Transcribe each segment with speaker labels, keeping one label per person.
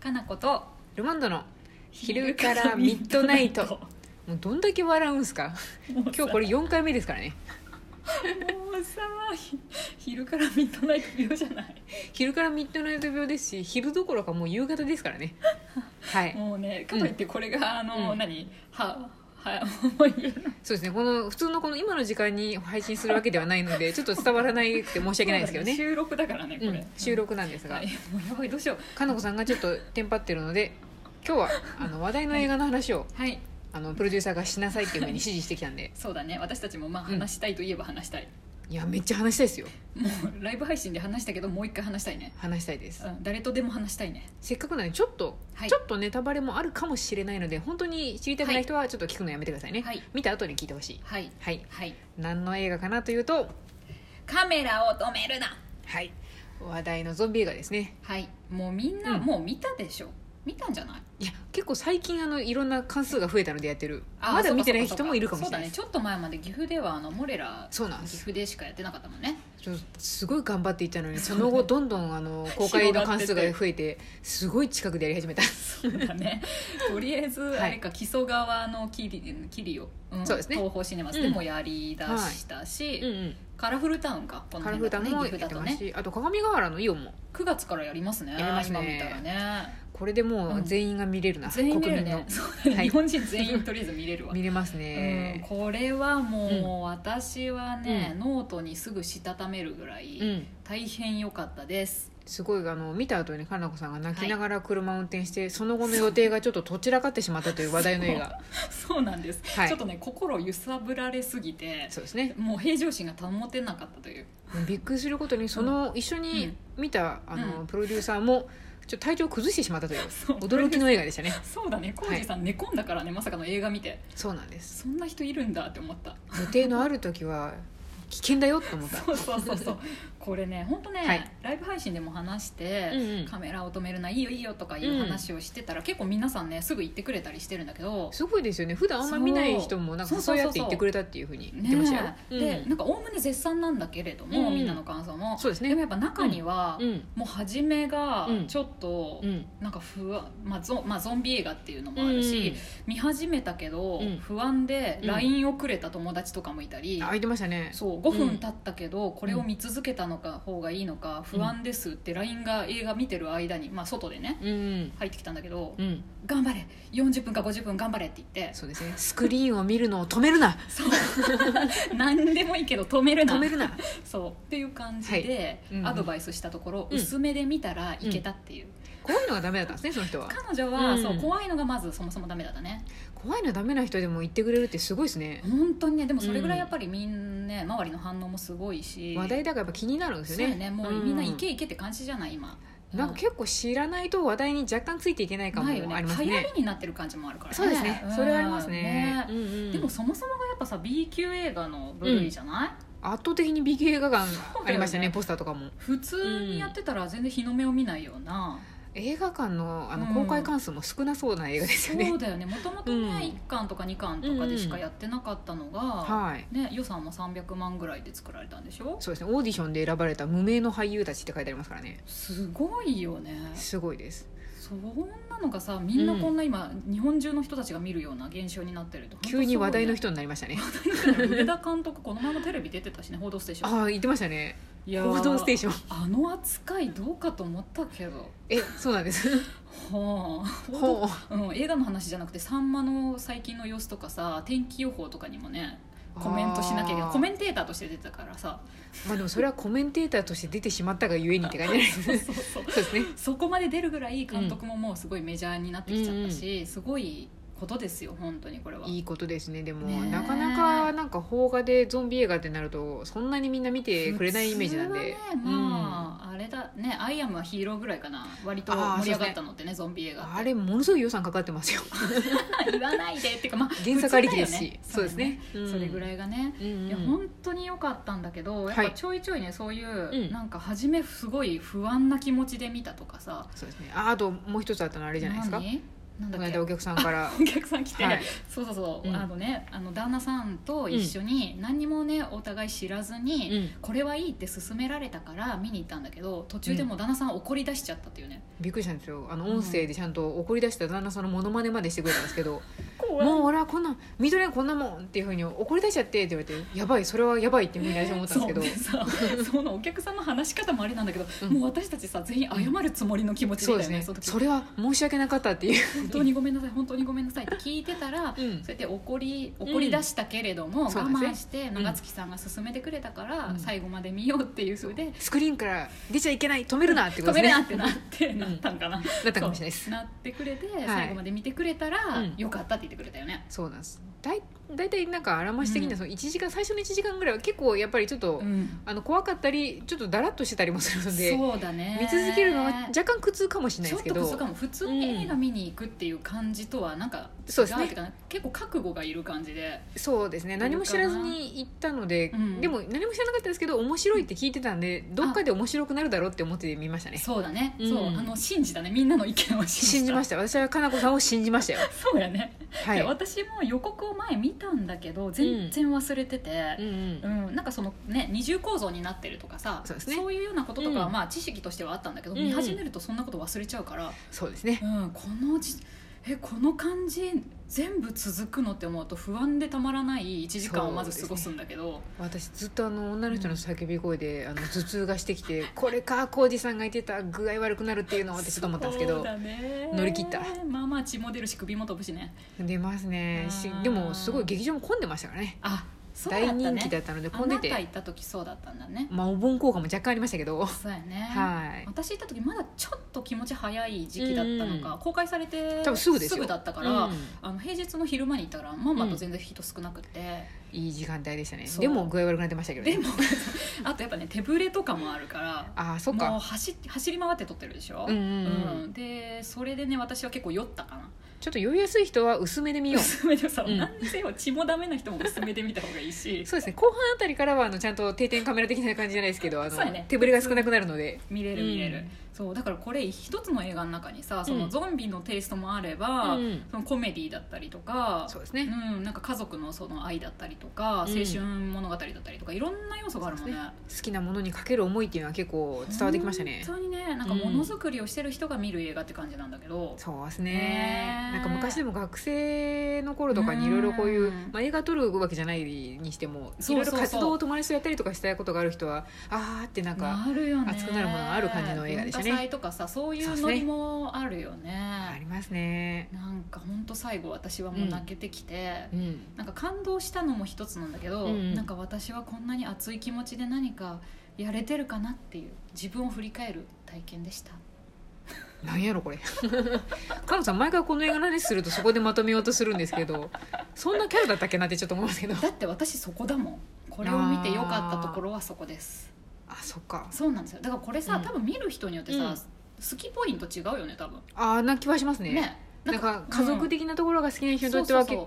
Speaker 1: かなこと
Speaker 2: ルマンドの昼からミッドナイ トもうどんだけ笑うんすか
Speaker 1: もう
Speaker 2: 今日これ4回目ですからね
Speaker 1: もうさひ昼からミッドナイト病じゃない
Speaker 2: 昼からミッドナイト病ですし昼どころかもう夕方ですからねはい
Speaker 1: もうねかといってこれがあの、
Speaker 2: うん
Speaker 1: 何ははもう言えない
Speaker 2: そうですねこの普通のこの今の時間に配信するわけではないのでちょっと伝わらないって申し訳ないですけどね、
Speaker 1: 収録だからねこ
Speaker 2: う
Speaker 1: れ、
Speaker 2: ん、 収録なんですが、
Speaker 1: はいもうやばいどうしよ
Speaker 2: かなこさんがちょっとテンパってるので今日はあの話題の映画の話を、
Speaker 1: うはい
Speaker 2: あのプロデューサーがしなさいっていうふうに指示してきたんで
Speaker 1: そうだね私たちもまあ
Speaker 2: うん
Speaker 1: 話したいといえば話したい、
Speaker 2: いやめっちゃ話したいですよ
Speaker 1: もうライブ配信で話したけどもう一回話したいね、
Speaker 2: 話したいです
Speaker 1: うん、誰とでも話したいね
Speaker 2: せっかくなのでちょっと、
Speaker 1: はい
Speaker 2: ちょっとネタバレもあるかもしれないので本当に知りたくない人はちょっと聞くのやめてくださいね、
Speaker 1: はい
Speaker 2: 見た後に聞いてほしい
Speaker 1: はい
Speaker 2: はい
Speaker 1: はい
Speaker 2: 何の映画かなというと
Speaker 1: カメラを止めるな
Speaker 2: はい話題のゾンビ映画ですね
Speaker 1: はいもうみんな、
Speaker 2: うん
Speaker 1: もう見たでしょ見たんじゃない
Speaker 2: いや結構最近あのいろんな関数が増えたのでやってる
Speaker 1: あー
Speaker 2: ま
Speaker 1: そ
Speaker 2: だ
Speaker 1: うか
Speaker 2: 見てない
Speaker 1: そうか
Speaker 2: 人もいるかもしれな
Speaker 1: そうだね
Speaker 2: いで
Speaker 1: ち
Speaker 2: す
Speaker 1: ょっと前まで岐阜ではあのモレラ
Speaker 2: そうなんで
Speaker 1: 岐
Speaker 2: す
Speaker 1: 阜でしかやってなかったもん ね
Speaker 2: ちょっとすごい頑張っていったのにその後どんどんあの公開の関数が増えてすごい近くでやり始めた
Speaker 1: そうだねとりあえず
Speaker 2: い
Speaker 1: あれか木曽川のキリキリを、ん
Speaker 2: そうですね
Speaker 1: 東宝シネマスでもやりだしたし、
Speaker 2: うん、うん
Speaker 1: カラフルタウンかこの
Speaker 2: カラフ
Speaker 1: 辺
Speaker 2: ル
Speaker 1: だ
Speaker 2: タ
Speaker 1: と
Speaker 2: ウン
Speaker 1: ね
Speaker 2: も
Speaker 1: 岐阜だとね
Speaker 2: やってますしあと鏡ヶ原のイオンも
Speaker 1: 9月からやりますね
Speaker 2: やりますね
Speaker 1: 今見たらね
Speaker 2: これでもう全員が見れるな、
Speaker 1: 全員見れる
Speaker 2: 国
Speaker 1: ね
Speaker 2: 民
Speaker 1: そうだね
Speaker 2: はい
Speaker 1: 日本人全員とりあえず見れるわ
Speaker 2: の 見れます
Speaker 1: うん
Speaker 2: ね
Speaker 1: これはもう私はね、ノートにすぐしたためるぐらい
Speaker 2: うん、
Speaker 1: 大変良かったです、
Speaker 2: すごいあの見た後にかなこさんが泣きながら車を運転して、その後の予定がちょっととちらかってしまったという話題の映画
Speaker 1: そうなんです、
Speaker 2: はい
Speaker 1: ちょっとね心揺さぶられすぎて
Speaker 2: そうですね
Speaker 1: もう平常心が保てなかったという
Speaker 2: びっくりすることにその一緒に見た、あ
Speaker 1: う
Speaker 2: の
Speaker 1: ん
Speaker 2: プロデューサーもちょっと体調を崩してしまったという
Speaker 1: そう
Speaker 2: 驚きの映画でしたね
Speaker 1: そうだね浩二さん、寝込んだからねまさかの映画見て
Speaker 2: そうなんです
Speaker 1: そんな人いるんだって思った
Speaker 2: 予定のある時は危険だよと思った
Speaker 1: そうそうそうそうこれね本当ね、
Speaker 2: はい
Speaker 1: ライブ配信でも話して、
Speaker 2: うんうん
Speaker 1: カメラを止めるないいよいいよとかいう話をしてたら、結構皆さんねすぐ言ってくれたりしてるんだけど
Speaker 2: すごいですよね普段あんまり見ない人もなんかそうやって言ってくれたっていうふうに言ってましたよ
Speaker 1: ね、えで
Speaker 2: うん
Speaker 1: なんかおおむね絶賛なんだけれども、
Speaker 2: うん
Speaker 1: みんなの感想も
Speaker 2: そうですね
Speaker 1: でもやっぱ中には、
Speaker 2: うん
Speaker 1: もう初めが
Speaker 2: うん
Speaker 1: ちょっと、
Speaker 2: うん
Speaker 1: なんか不安、まあゾまあ、ゾンビ映画っていうのもあるし、
Speaker 2: うん
Speaker 1: 見始めたけど、
Speaker 2: うん
Speaker 1: 不安で
Speaker 2: うん
Speaker 1: LINE をくれた友達とかもいたり、
Speaker 2: あ空いてましたね
Speaker 1: そう5分経ったけど、これを見続けたのか方がいいのか不安ですって LINE が映画見てる間に、まあ、外でね
Speaker 2: うん
Speaker 1: 入ってきたんだけど
Speaker 2: うん、うん、
Speaker 1: 「頑張れ40分か50分頑張れ」って言って
Speaker 2: そうですねスクリーンを見るのを止めるな
Speaker 1: そう 何でもいいけど止めるな
Speaker 2: 止めるな
Speaker 1: そうっていう感じで
Speaker 2: はいうん
Speaker 1: アドバイスしたところ、
Speaker 2: うん
Speaker 1: 薄めで見たらいけたっていう、
Speaker 2: 怖いのがダメだったんですねその人は
Speaker 1: 彼女は、
Speaker 2: うん
Speaker 1: そう怖いのがまずそもそもダメだったね
Speaker 2: 怖いのダメな人でも言ってくれるってすごいですね
Speaker 1: 本当にねでもそれぐらいやっぱりみんな、ね、周りの反応もすごいし
Speaker 2: 話題だからやっぱ気になるんです
Speaker 1: そ
Speaker 2: よ
Speaker 1: う
Speaker 2: ね
Speaker 1: やねもうみんなイケイケって感じじゃない今
Speaker 2: なんか結構知らないと話題に若干ついていけない感も
Speaker 1: な
Speaker 2: あ
Speaker 1: い
Speaker 2: り
Speaker 1: よね
Speaker 2: ます
Speaker 1: 流
Speaker 2: ね
Speaker 1: 行りになってる感じもあるからね
Speaker 2: そうですね、
Speaker 1: ん
Speaker 2: それはありますね
Speaker 1: ね
Speaker 2: うんうん
Speaker 1: でもそもそもがやっぱさ B 級映画の部類じゃない、
Speaker 2: 圧倒的に B 級映画館ありました
Speaker 1: そうだ
Speaker 2: ね
Speaker 1: よね
Speaker 2: ポスターとかも
Speaker 1: 普通にやってたら全然日の目を見ないような、
Speaker 2: 映画館のあ
Speaker 1: う
Speaker 2: の
Speaker 1: ん
Speaker 2: 公開関数も少なそうな映画ですよね、
Speaker 1: そうだよねもともとね、
Speaker 2: うん
Speaker 1: 1巻とか2巻とかでしかやってなかったのが、
Speaker 2: はい
Speaker 1: ね、予算も300万ぐらいで作られたんでしょ
Speaker 2: そうですねオーディションで選ばれた無名の俳優たちって書いてありますからね
Speaker 1: すごいよね
Speaker 2: すごいです
Speaker 1: そんなのがさみんなこんな今、日本中の人たちが見るような現象になってると
Speaker 2: 急に話題の
Speaker 1: 人
Speaker 2: 人になりましたね
Speaker 1: 上田監督この前もテレビ出てたし ね「報道ステーション」
Speaker 2: ああ言ってましたね
Speaker 1: い
Speaker 2: 「
Speaker 1: やー
Speaker 2: 報道ステーション
Speaker 1: あの扱いどうかと思ったけど」
Speaker 2: えそうなんです
Speaker 1: ほう
Speaker 2: ほう
Speaker 1: うん、映画の話じゃなくてさんまの最近の様子とかさ天気予報とかにもねコメントしなきゃいけな
Speaker 2: あ
Speaker 1: い
Speaker 2: ー
Speaker 1: コメンテーターとして出てたからさ
Speaker 2: まあでもそれはコメンテーターとして出てしまったがゆえにって感じじゃないです
Speaker 1: そ
Speaker 2: か
Speaker 1: うそう そう
Speaker 2: そうですね
Speaker 1: そこまで出るぐらい監督ももうすごいメジャーになってきちゃったし、すごいことですよ本当にこれはい
Speaker 2: いことですねでも
Speaker 1: ねえ
Speaker 2: なかなかなんか邦画でゾンビ映画ってなるとそんなにみんな見てくれないイメージなんで
Speaker 1: 普通はねまあ、あれだね「アイアムはヒーロー」ぐらいかな割と盛り上がったのってねゾンビ映
Speaker 2: うん
Speaker 1: 画
Speaker 2: あれものすごい予算かかってますよ
Speaker 1: 言わないでっていうかまあ
Speaker 2: 原作ありきです
Speaker 1: 普通だよ
Speaker 2: し
Speaker 1: ね
Speaker 2: そうですね
Speaker 1: そうだねそれぐ
Speaker 2: い
Speaker 1: らいがねいや
Speaker 2: 本
Speaker 1: 本当に良かったんだけどやっぱ
Speaker 2: はい
Speaker 1: ちょいちょいねそういう、
Speaker 2: うん
Speaker 1: なんか初めすごい不安な気持ちで見たとかさ
Speaker 2: そうですねああともう一つあったのあれじゃないですか
Speaker 1: 何なん
Speaker 2: こ
Speaker 1: だ
Speaker 2: の
Speaker 1: っけ
Speaker 2: 間お客さんから
Speaker 1: お客さん来て、
Speaker 2: はい
Speaker 1: そうそうそう、
Speaker 2: うん
Speaker 1: あのねあの旦那さんと一緒に何にもねお互い知らずに、
Speaker 2: うん
Speaker 1: これはいいって勧められたから見に行ったんだけど途中でもう旦那さん怒り出しちゃったっていうね、
Speaker 2: びっくりしたんですよあの音声でちゃんと怒り出した旦那さんのモノマネまでしてくれたんですけど「もう俺はこんなん緑はこんなもん」っていうふうに怒り出しちゃってって言われて「やばいそれはやばい」っていうふうに私は思ったんです
Speaker 1: そう
Speaker 2: けど
Speaker 1: で さそのお客さんの話し方もあれなんだけど、
Speaker 2: うん
Speaker 1: もう私たちさ全員謝るつもりの気持ちで
Speaker 2: そ
Speaker 1: いうた
Speaker 2: で
Speaker 1: よね
Speaker 2: すね
Speaker 1: その時
Speaker 2: それは申し訳なかったっていう
Speaker 1: 本当にごめんなさい本当にごめんなさいって聞いてたら、
Speaker 2: うん
Speaker 1: そうやって怒り怒り出したけれども、
Speaker 2: うん
Speaker 1: 我
Speaker 2: そうですね
Speaker 1: 慢して長月さんが勧めてくれたから、
Speaker 2: うん
Speaker 1: 最後まで見ようっていうふうで、
Speaker 2: スクリーンから出ちゃいけ ない止めるなってこ
Speaker 1: 止
Speaker 2: と
Speaker 1: め
Speaker 2: で
Speaker 1: る
Speaker 2: す
Speaker 1: なっ
Speaker 2: ね
Speaker 1: てなって、なったんかな
Speaker 2: なったかもしれないです
Speaker 1: そうなってくれて、
Speaker 2: い
Speaker 1: 最後まで見てくれたら、
Speaker 2: うん
Speaker 1: よかったって言ってくれたよね
Speaker 2: そうなんですだい大体なんかあらまし的に
Speaker 1: う
Speaker 2: は
Speaker 1: ん
Speaker 2: その1時間最初の1時間ぐらいは結構やっぱりちょっと、
Speaker 1: うん
Speaker 2: あの怖かったりちょっとだらっとしてたりもするので
Speaker 1: そうだね
Speaker 2: 見続けるのは若干苦痛かもしれな
Speaker 1: ち
Speaker 2: いで
Speaker 1: ょっ
Speaker 2: すけ
Speaker 1: と
Speaker 2: ど
Speaker 1: こそかも普通
Speaker 2: うん
Speaker 1: 映画見に行くっていう感じとはなんか
Speaker 2: そうですね
Speaker 1: 違ってかな結構覚悟がいる感じで
Speaker 2: そうですね
Speaker 1: どうかな
Speaker 2: 何も知らずに行ったので、
Speaker 1: うん
Speaker 2: でも何も知らなかったですけど面白いって聞いてたんでどっかで面白くなるだろうって思って見ましたね
Speaker 1: そうだね、
Speaker 2: うん
Speaker 1: そうあの信じたねみんなの意見を信じた
Speaker 2: 信じました私はかなこさんを信じ ましたよ
Speaker 1: そうやね、
Speaker 2: はい、
Speaker 1: で
Speaker 2: う
Speaker 1: 私も予告を前見たんだけど全然忘れてて、
Speaker 2: んう、
Speaker 1: うんんなんかそのね二重構造になってるとかさ
Speaker 2: そうですね
Speaker 1: いうようなこととかは、
Speaker 2: うん
Speaker 1: まあ知識としてはあったんだけど、
Speaker 2: うんうん
Speaker 1: 見始めるとそんなこと忘れちゃうから、
Speaker 2: そうですね
Speaker 1: うん、このじえこの感じ全部続くのって思うと不安でたまらない1時間をまず過ごすんだけど、
Speaker 2: 私ずっとあの女の人の叫び声で、あの頭痛がしてきてこれか浩二さんが言ってた具合悪くなるっていうのってちょっと思ったんですけ
Speaker 1: そう
Speaker 2: ど
Speaker 1: だね
Speaker 2: 乗り切った
Speaker 1: まあまあ血も出るし首も飛ぶしね
Speaker 2: 出ますねしでもすごい劇場も混んでましたからね
Speaker 1: あそうだった
Speaker 2: 大
Speaker 1: ね
Speaker 2: 人気だったので混ん
Speaker 1: あ
Speaker 2: で
Speaker 1: なた
Speaker 2: て
Speaker 1: 行った時そうだったんだね
Speaker 2: まあお盆効果も若干ありましたけど
Speaker 1: そうやね、
Speaker 2: はい
Speaker 1: 私行った時まだちょっと気持ち早い時期だったのか、
Speaker 2: うん
Speaker 1: 公開されて
Speaker 2: 多分すぐですよ
Speaker 1: だったから、
Speaker 2: うん
Speaker 1: あの平日の昼間に行ったからまんまと全然人少なくて、
Speaker 2: いい時間帯でしたね
Speaker 1: そう
Speaker 2: でも具合悪くなってましたけど
Speaker 1: で
Speaker 2: ね
Speaker 1: も あとやっぱね手ぶれとかもあるから
Speaker 2: ああそっ
Speaker 1: もう
Speaker 2: か
Speaker 1: 走って走り回って撮ってるでしょ、
Speaker 2: うんうんうん
Speaker 1: うんでそれでね私は結構酔ったかな
Speaker 2: ちょっと酔いやすい人は薄めで見よう
Speaker 1: 薄めでさ、
Speaker 2: うん
Speaker 1: 何にせよ血もダメな人も薄めで見た方がいいし
Speaker 2: そうですね後半あたりからはあのちゃんと定点カメラ的な感じじゃないですけどあの、
Speaker 1: そうやね
Speaker 2: 手ぶれが少なくなるので
Speaker 1: 見れる見れる、
Speaker 2: うん
Speaker 1: そうだからこれ一つの映画の中にさそうの
Speaker 2: ん
Speaker 1: ゾンビのテイストもあれば、
Speaker 2: うん
Speaker 1: そのコメディだったりとか
Speaker 2: そうですね、
Speaker 1: うん、なんか家族のその愛だったりとか、
Speaker 2: うん
Speaker 1: 青春物語だったりとかいろんな要素があるもんね
Speaker 2: そう好きなものにかける思いっていうのは結構伝わってきましたね
Speaker 1: 本当にねなんかものづくりをしてる人が見る映画って感じなんだけど、
Speaker 2: そうです
Speaker 1: ね
Speaker 2: ね
Speaker 1: え
Speaker 2: なんか昔でも学生の頃とかにいろいろこういう、
Speaker 1: うん
Speaker 2: まあ、映画撮るわけじゃないにしても
Speaker 1: そ
Speaker 2: いう
Speaker 1: そうそう
Speaker 2: ろいろ活動を友達とやったりとかしたことがある人はあーってなんか
Speaker 1: なるよね
Speaker 2: 熱くなるものがある感じの映画でしたね
Speaker 1: 文化祭とかさそういうノリもあるよね
Speaker 2: ありますね
Speaker 1: なんかほんと最後私はもう泣けてきて、
Speaker 2: うん
Speaker 1: なんか感動したのも一つなんだけど、
Speaker 2: うんうん
Speaker 1: なんか私はこんなに熱い気持ちで何かやれてるかなっていう自分を振り返る体験でした
Speaker 2: なんやろこれカノさん毎回この映画の話するとそこでまとめようとするんですけどそんなキャラだったっけなってちょっと思うんですけど
Speaker 1: だって私そこだもんこれを見てよかったところはそこです
Speaker 2: あそっか
Speaker 1: そうなんですよだからこれさ、
Speaker 2: うん
Speaker 1: 多分見る人によってさ、
Speaker 2: うん
Speaker 1: 好きポイント違うよね多分
Speaker 2: あーな気はしますね
Speaker 1: ね
Speaker 2: なんか家族的なところが好きな人にとって
Speaker 1: う
Speaker 2: は
Speaker 1: んそう
Speaker 2: 結
Speaker 1: そ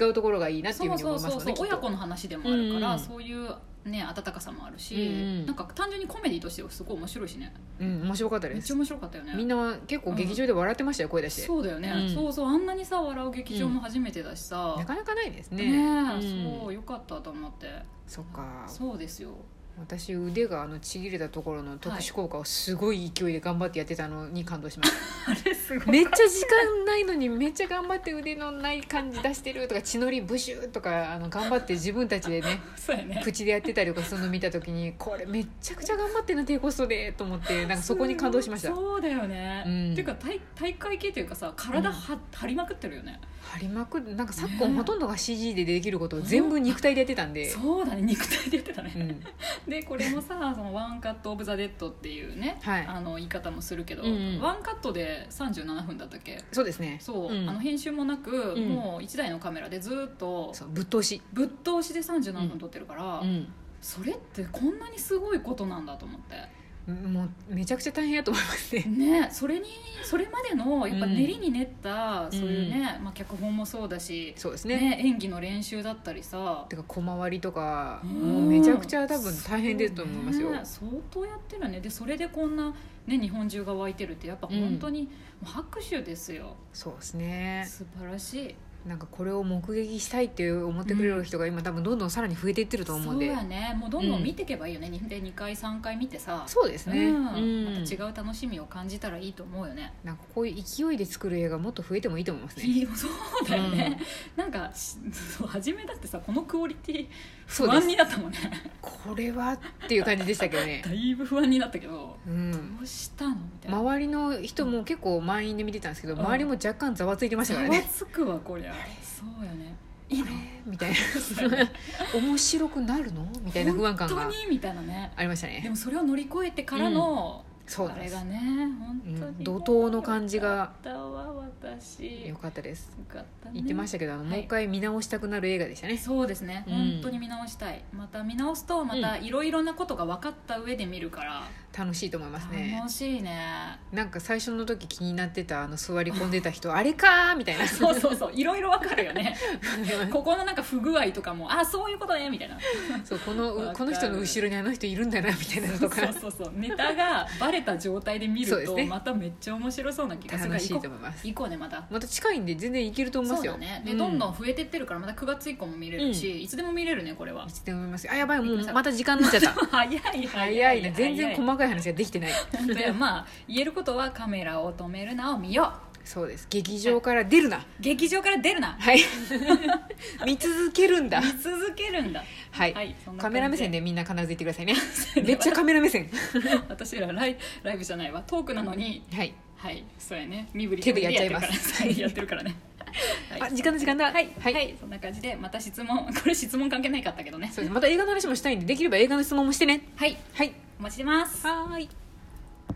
Speaker 2: 構違うところがいいなっていうふ
Speaker 1: そうう
Speaker 2: に思
Speaker 1: そう
Speaker 2: います
Speaker 1: そ
Speaker 2: の
Speaker 1: う
Speaker 2: で
Speaker 1: そう
Speaker 2: きっと
Speaker 1: 親子の話でもあるから、
Speaker 2: うんうん
Speaker 1: そういうね温かさもあるし、
Speaker 2: うんうん
Speaker 1: なんか単純にコメディとしてはすごい面白いしね
Speaker 2: うん面白かった
Speaker 1: め
Speaker 2: で
Speaker 1: っちゃ
Speaker 2: す
Speaker 1: 面白かったよね
Speaker 2: みんな結構劇場で笑ってましたよ声出して
Speaker 1: そうだよね、
Speaker 2: うん
Speaker 1: そうそうあんなにさ笑う劇場も初めてだしさ、
Speaker 2: なかなかないですね
Speaker 1: ねえ
Speaker 2: うん
Speaker 1: そうよかったと思って
Speaker 2: そっか
Speaker 1: そうですよ
Speaker 2: 私腕があのちぎれたところの特殊効果をすごい勢いで頑張ってやってたのに感動しました
Speaker 1: あれすごい
Speaker 2: めっちゃ時間ないのにめっちゃ頑張って腕のない感じ出してるとか血のりブシューとかあの頑張って自分たちでね
Speaker 1: そうやね
Speaker 2: 口でやってたりとかするの見た時にこれめっちゃくちゃ頑張ってんな低コストでと思ってなんかそこに感動しました
Speaker 1: すごいそうだよね、
Speaker 2: うん
Speaker 1: っていうか体体育会系というかさ体は、張りまくってるよね
Speaker 2: 張りまくるなんか昨
Speaker 1: ね
Speaker 2: 今ほとんどが CG でできることを全部肉体でやってたんで、
Speaker 1: そうだね肉体で言ってたね、
Speaker 2: うん、
Speaker 1: でこれもさ「そのワンカット・オブ・ザ・デッド」っていうね、
Speaker 2: はい
Speaker 1: あの言い方もするけど、
Speaker 2: うんうん
Speaker 1: ワンカットで37分だったっけ
Speaker 2: そうですね
Speaker 1: そう、
Speaker 2: うん
Speaker 1: あの編集もなく、
Speaker 2: うん
Speaker 1: もう1台のカメラでずっと
Speaker 2: そうぶっ通し、
Speaker 1: ぶっ通しで37分撮ってるから、
Speaker 2: うん、
Speaker 1: それってこんなにすごいことなんだと思って
Speaker 2: もうめちゃくちゃ大変やと思います ね
Speaker 1: ね、それにそれまでのやっぱ
Speaker 2: うん
Speaker 1: 練りに練った、そういうね、まあ、脚本もそうだし、
Speaker 2: そうですね
Speaker 1: ね演技の練習だったりさ
Speaker 2: てか小回りとか
Speaker 1: うん
Speaker 2: もうめちゃくちゃ多分大変ですと思いますよ、
Speaker 1: そうね相当やってるねでそれでこんな、ね、日本中が湧いてるってやっぱ本当に、もう拍手ですよ
Speaker 2: そうですね
Speaker 1: 素晴らしい
Speaker 2: なんかこれを目撃したいって思ってくれる人が今多分どんどんさらに増えていってると思うんで
Speaker 1: そうやねもうどんど
Speaker 2: うん
Speaker 1: ん見ていけばいいよね、で2回3回見てさ
Speaker 2: そうですね、
Speaker 1: うん
Speaker 2: うん
Speaker 1: また違う楽しみを感じたらいいと思うよね、
Speaker 2: なんかこういう勢いで作る映画もっと増えてもいいと思いますね
Speaker 1: いい そうだよね、なんかしそう初めだってさこのクオリティ
Speaker 2: そう
Speaker 1: 不
Speaker 2: です
Speaker 1: 安になったもんね
Speaker 2: これはっていう感じでしたけどね
Speaker 1: だいぶ不安になったけど
Speaker 2: うん
Speaker 1: どうしたのみたいな、
Speaker 2: 周りの人も結構満員で見てたんですけど、
Speaker 1: うん
Speaker 2: 周りも若干ざわついてました
Speaker 1: ざ
Speaker 2: から
Speaker 1: わ
Speaker 2: ね
Speaker 1: つくわこりゃ そうよねいいの
Speaker 2: みたいな面白くなるのみたいな不安感
Speaker 1: 本
Speaker 2: が
Speaker 1: 当にみたいなね
Speaker 2: ありました
Speaker 1: で
Speaker 2: ね
Speaker 1: もそれを乗り越えてからの、
Speaker 2: そう
Speaker 1: あ
Speaker 2: なん
Speaker 1: れ
Speaker 2: です
Speaker 1: がね本当
Speaker 2: うん
Speaker 1: に、
Speaker 2: 怒涛の感じが
Speaker 1: よかったわ私
Speaker 2: よ
Speaker 1: よ
Speaker 2: かったです
Speaker 1: かったね
Speaker 2: 言ってましたけどあの、
Speaker 1: はい
Speaker 2: もう一回見直したくなる映画でしたね
Speaker 1: そうですね、
Speaker 2: うん
Speaker 1: 本当に見直したいまた見直すとまたいろいろなことが分かった上で見るから、
Speaker 2: 楽しいと思いますね
Speaker 1: 楽しい ね
Speaker 2: なんか最初の時気になってたあの座り込んでた人あれかーみたいな
Speaker 1: そうそうそういろいろ分かるよ ねここのなんか不具合とかもあそういうことねみたいな
Speaker 2: そうこ
Speaker 1: わ
Speaker 2: の
Speaker 1: か
Speaker 2: う
Speaker 1: る
Speaker 2: この人の後ろにあの人いるんだなみたいなの
Speaker 1: そ
Speaker 2: と
Speaker 1: うそ
Speaker 2: か
Speaker 1: うそうそうネタがバレた状態で見
Speaker 2: そ
Speaker 1: る
Speaker 2: うです
Speaker 1: と、
Speaker 2: ね
Speaker 1: まためっちゃ面白そうな気がするか
Speaker 2: 楽
Speaker 1: ら
Speaker 2: しいと
Speaker 1: 行こ
Speaker 2: 思います
Speaker 1: う行こうねまた
Speaker 2: また近いんで全然いけると思いま
Speaker 1: そう
Speaker 2: すよ
Speaker 1: だねで、
Speaker 2: う
Speaker 1: どんどん増えてってるからまた9月以降も見れるし、いつでも見れるねこれはい
Speaker 2: つでも思いますあやばいも
Speaker 1: 行きまし
Speaker 2: う
Speaker 1: ょう
Speaker 2: また時間になっちゃった
Speaker 1: 早い 早い
Speaker 2: 早いな全然
Speaker 1: 困
Speaker 2: 細かい話ができてない
Speaker 1: るまあ言えることはカメラを止めるなを見よ
Speaker 2: そうです劇場から出るな
Speaker 1: う劇場から出るな
Speaker 2: はい見続けるんだ
Speaker 1: 見続けるんだ
Speaker 2: はい、
Speaker 1: はいそんな感じで
Speaker 2: カメラ目線でみんな必ず言ってくださいねめっちゃカメラ目線
Speaker 1: 私らライライブじゃないわトークなのに
Speaker 2: はい
Speaker 1: はいそうやね身振り
Speaker 2: 手でやっちゃいます
Speaker 1: 手でやってるから ね手でやってるからね
Speaker 2: あ時間だ時間だ
Speaker 1: はい、
Speaker 2: は
Speaker 1: はいいそんな感じでまた質問これ質問関係ないかったけどね
Speaker 2: そうですまた映画の話もしたいんでできれば映画の質問もしてね
Speaker 1: はい
Speaker 2: はい
Speaker 1: お待ちしてます
Speaker 2: はーい